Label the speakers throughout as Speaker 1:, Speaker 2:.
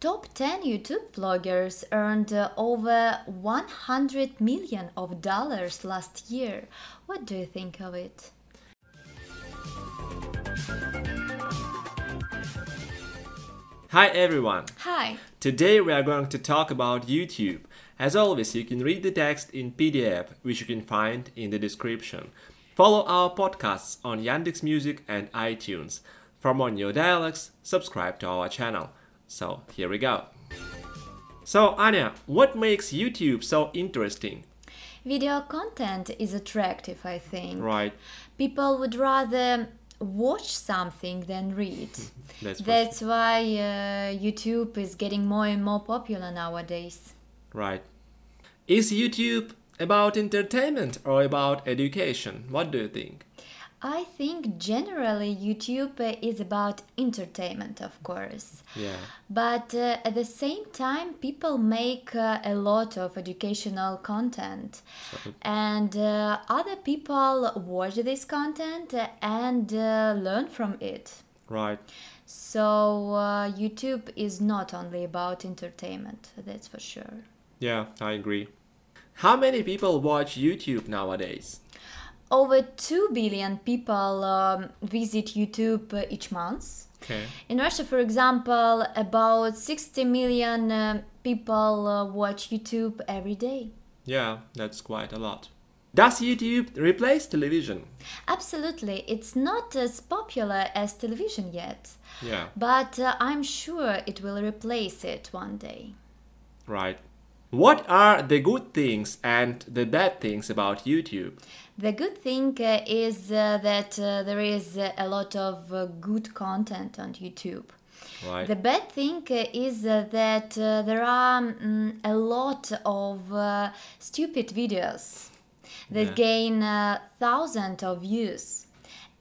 Speaker 1: Top 10 YouTube vloggers earned uh, over 100 million of dollars last year. What do you think of it?
Speaker 2: Hi everyone!
Speaker 1: Hi.
Speaker 2: Today we are going to talk about YouTube. As always, you can read the text in PDF, which you can find in the description. Follow our podcasts on Yandex Music and iTunes. For more new dialogues, subscribe to our channel. So here we go. So Anya, what makes YouTube so interesting?
Speaker 1: Video content is attractive, I think.
Speaker 2: Right.
Speaker 1: People would rather watch something than read.
Speaker 2: That's for
Speaker 1: That's why uh, YouTube is getting more and more popular nowadays.
Speaker 2: Right. Is YouTube about entertainment or about education? What do you think?
Speaker 1: I think generally YouTube uh, is about entertainment, of course.
Speaker 2: Yeah.
Speaker 1: But uh, at the same time, people make uh, a lot of educational content, and uh, other people watch this content and uh, learn from it.
Speaker 2: Right.
Speaker 1: So, uh, YouTube is not only about entertainment, that's for sure.
Speaker 2: Yeah, I agree. How many people watch YouTube nowadays?
Speaker 1: Over 2 billion people um, visit YouTube uh, each month.
Speaker 2: Okay.
Speaker 1: In Russia, for example, about 60 million uh, people uh, watch YouTube every day.
Speaker 2: Yeah, that's quite a lot. Does YouTube replace television?
Speaker 1: Absolutely, it's not as popular as television yet,
Speaker 2: Yeah,
Speaker 1: but uh, I'm sure it will replace it one day.
Speaker 2: right. What are the good things and the bad things about YouTube?
Speaker 1: The good thing uh, is uh, that uh, there is uh, a lot of uh, good content on YouTube.
Speaker 2: Right.
Speaker 1: The bad thing uh, is uh, that uh, there are mm, a lot of uh, stupid videos that
Speaker 2: Yeah.
Speaker 1: gain uh, thousands of views,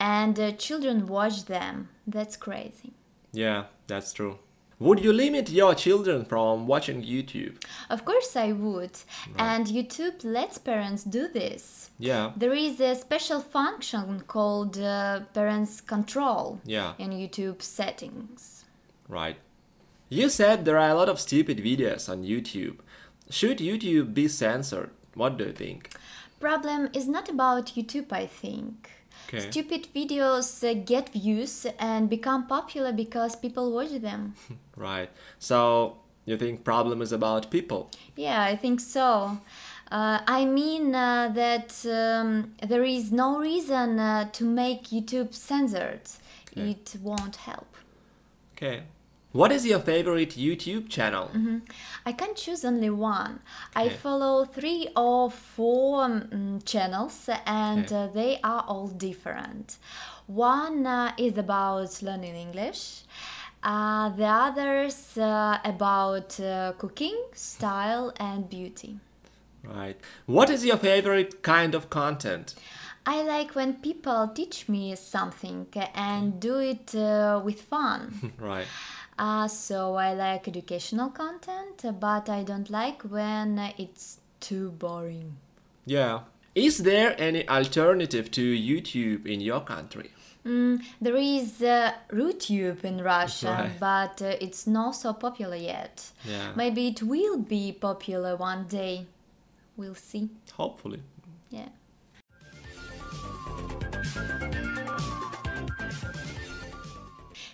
Speaker 1: and uh, children watch them. That's crazy.
Speaker 2: Yeah, that's true. Would you limit your children from watching YouTube?
Speaker 1: Of course, I would, and YouTube lets parents do this.
Speaker 2: Yeah,
Speaker 1: There is a special function called uh, Parents Control
Speaker 2: Yeah.
Speaker 1: in YouTube settings.
Speaker 2: right. You said there are a lot of stupid videos on YouTube. Should YouTube be censored? What do you think?
Speaker 1: Problem is not about YouTube, I think.
Speaker 2: Okay.
Speaker 1: Stupid videos uh, get views and become popular because people watch them.
Speaker 2: Right. So you think problem is about people?
Speaker 1: Yeah, I think so. Uh, I mean uh, that um, there is no reason uh, to make YouTube censored.
Speaker 2: Okay.
Speaker 1: It won't help.
Speaker 2: Okay. What is your favorite YouTube channel?
Speaker 1: I can choose only one. I
Speaker 2: Okay.
Speaker 1: follow three or four um, channels, and
Speaker 2: Okay.
Speaker 1: uh, they are all different. One uh, is about learning English. Uh, the others uh, about uh, cooking, style, and beauty.
Speaker 2: Right. What is your favorite kind of content?
Speaker 1: I like when people teach me something and do it uh, with fun.
Speaker 2: right.
Speaker 1: uh, so I like educational content, but I don't like when it's too boring.
Speaker 2: Yeah. Is there any alternative to YouTube in your country?
Speaker 1: Mm, there is uh, RooTube in Russia,
Speaker 2: Right.
Speaker 1: but uh, it's not so popular yet.
Speaker 2: Yeah.
Speaker 1: Maybe it will be popular one day. We'll see.
Speaker 2: Hopefully.
Speaker 1: Yeah.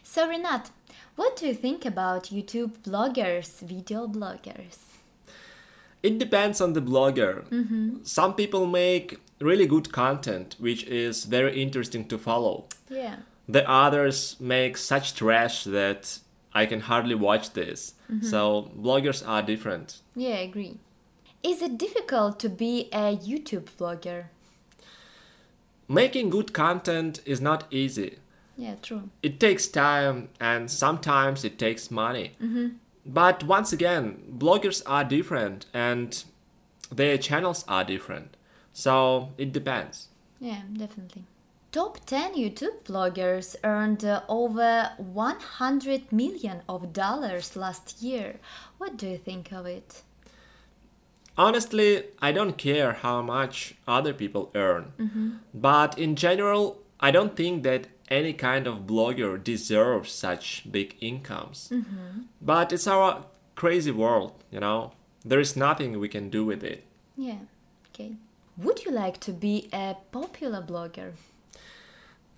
Speaker 1: So Renat, what do you think about YouTube bloggers, video bloggers?
Speaker 2: It depends on the blogger. Some people make really good content, which is very interesting to follow.
Speaker 1: Yeah.
Speaker 2: the others make such trash that I can hardly watch this. So bloggers are different.
Speaker 1: Yeah, I agree. Is it difficult to be a YouTube blogger?
Speaker 2: Making good content is not easy.
Speaker 1: Yeah, true.
Speaker 2: It takes time and sometimes it takes money. But once again, bloggers are different and their channels are different. So it depends.
Speaker 1: Yeah, definitely. Top 10 YouTube vloggers earned uh, over 100 million of dollars last year. What do you think of it?
Speaker 2: Honestly, I don't care how much other people earn. But in general, I don't think that any kind of blogger deserves such big incomes. But it's our crazy world, you know? There is nothing we can do with it.
Speaker 1: Yeah. Okay. Would you like to be a popular blogger?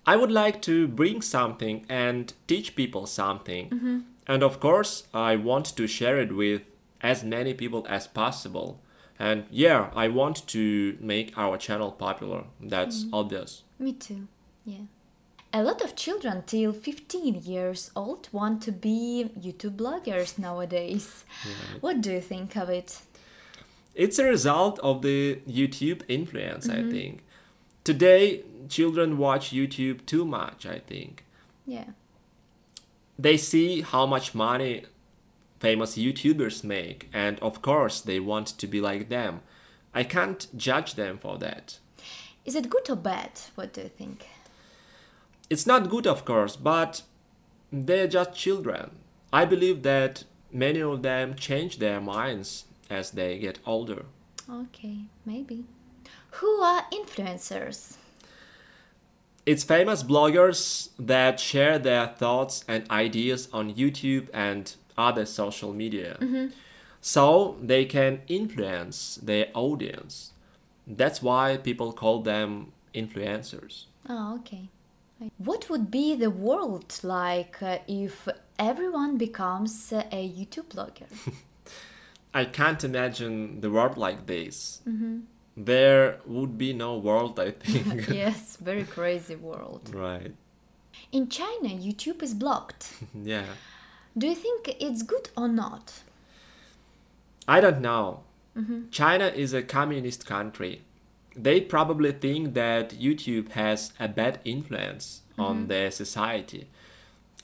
Speaker 2: I would like to bring something and teach people something. And of course, I want to share it with as many people as possible. And yeah, I want to make our channel popular. That's obvious.
Speaker 1: Me too. Yeah. A lot of children till 15 years old want to be YouTube bloggers nowadays. What do you think of it?
Speaker 2: It's a result of the YouTube influence, I think. Today, children watch YouTube too much, I think.
Speaker 1: Yeah.
Speaker 2: They see how much money famous YouTubers make, and of course, they want to be like them. I can't judge them for that.
Speaker 1: Is it good or bad? What do you think?
Speaker 2: It's not good, of course, but they're just children. I believe that many of them change their minds as they get older.
Speaker 1: Okay, maybe. Who are influencers?
Speaker 2: It's famous bloggers that share their thoughts and ideas on YouTube and other social media. So they can influence their audience. That's why people call them influencers.
Speaker 1: Oh, okay. I- What would be the world like uh, if everyone becomes uh, a YouTube blogger?
Speaker 2: I can't imagine the world like this. There would be no world, I think.
Speaker 1: yes, very crazy world.
Speaker 2: right.
Speaker 1: In China, YouTube is blocked.
Speaker 2: Yeah.
Speaker 1: Do you think it's good or not?
Speaker 2: I don't know. China is a communist country. They probably think that YouTube has a bad influence on their society.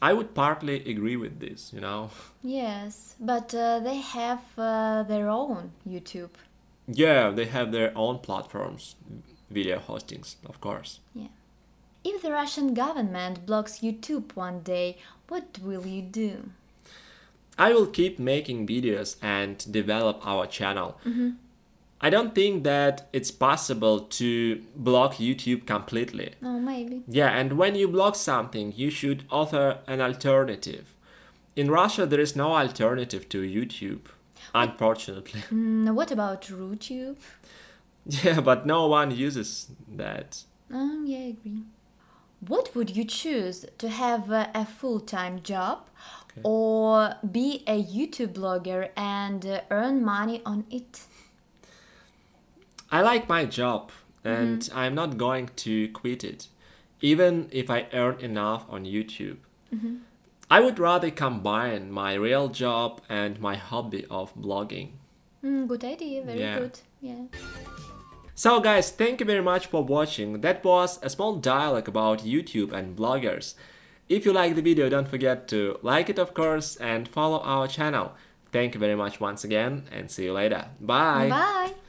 Speaker 2: I would partly agree with this, you know.
Speaker 1: Yes, but uh, they have uh, their own YouTube.
Speaker 2: Yeah, they have their own platforms, video hostings, of course.
Speaker 1: Yeah. If the Russian government blocks YouTube one day, what will you do?
Speaker 2: I will keep making videos and develop our channel. I don't think that it's possible to block YouTube completely.
Speaker 1: Oh, maybe.
Speaker 2: Yeah, and when you blog something, you should author an alternative. In Russia, there is no alternative to YouTube, unfortunately.
Speaker 1: Mm, what about RuTube?
Speaker 2: yeah, but no one uses that.
Speaker 1: Um, yeah, I agree. What would you choose to have uh, a full time job or be a YouTube blogger and uh, earn money on it?
Speaker 2: I like my job, and I'm not going to quit it, even if I earn enough on YouTube. I would rather combine my real job and my hobby of blogging.
Speaker 1: Mm, good idea, very
Speaker 2: Yeah.
Speaker 1: good. Yeah.
Speaker 2: So, guys, thank you very much for watching. That was a small dialogue about YouTube and bloggers. If you like the video, don't forget to like it, of course, and follow our channel. Thank you very much once again, and see you later. Bye.
Speaker 1: Bye.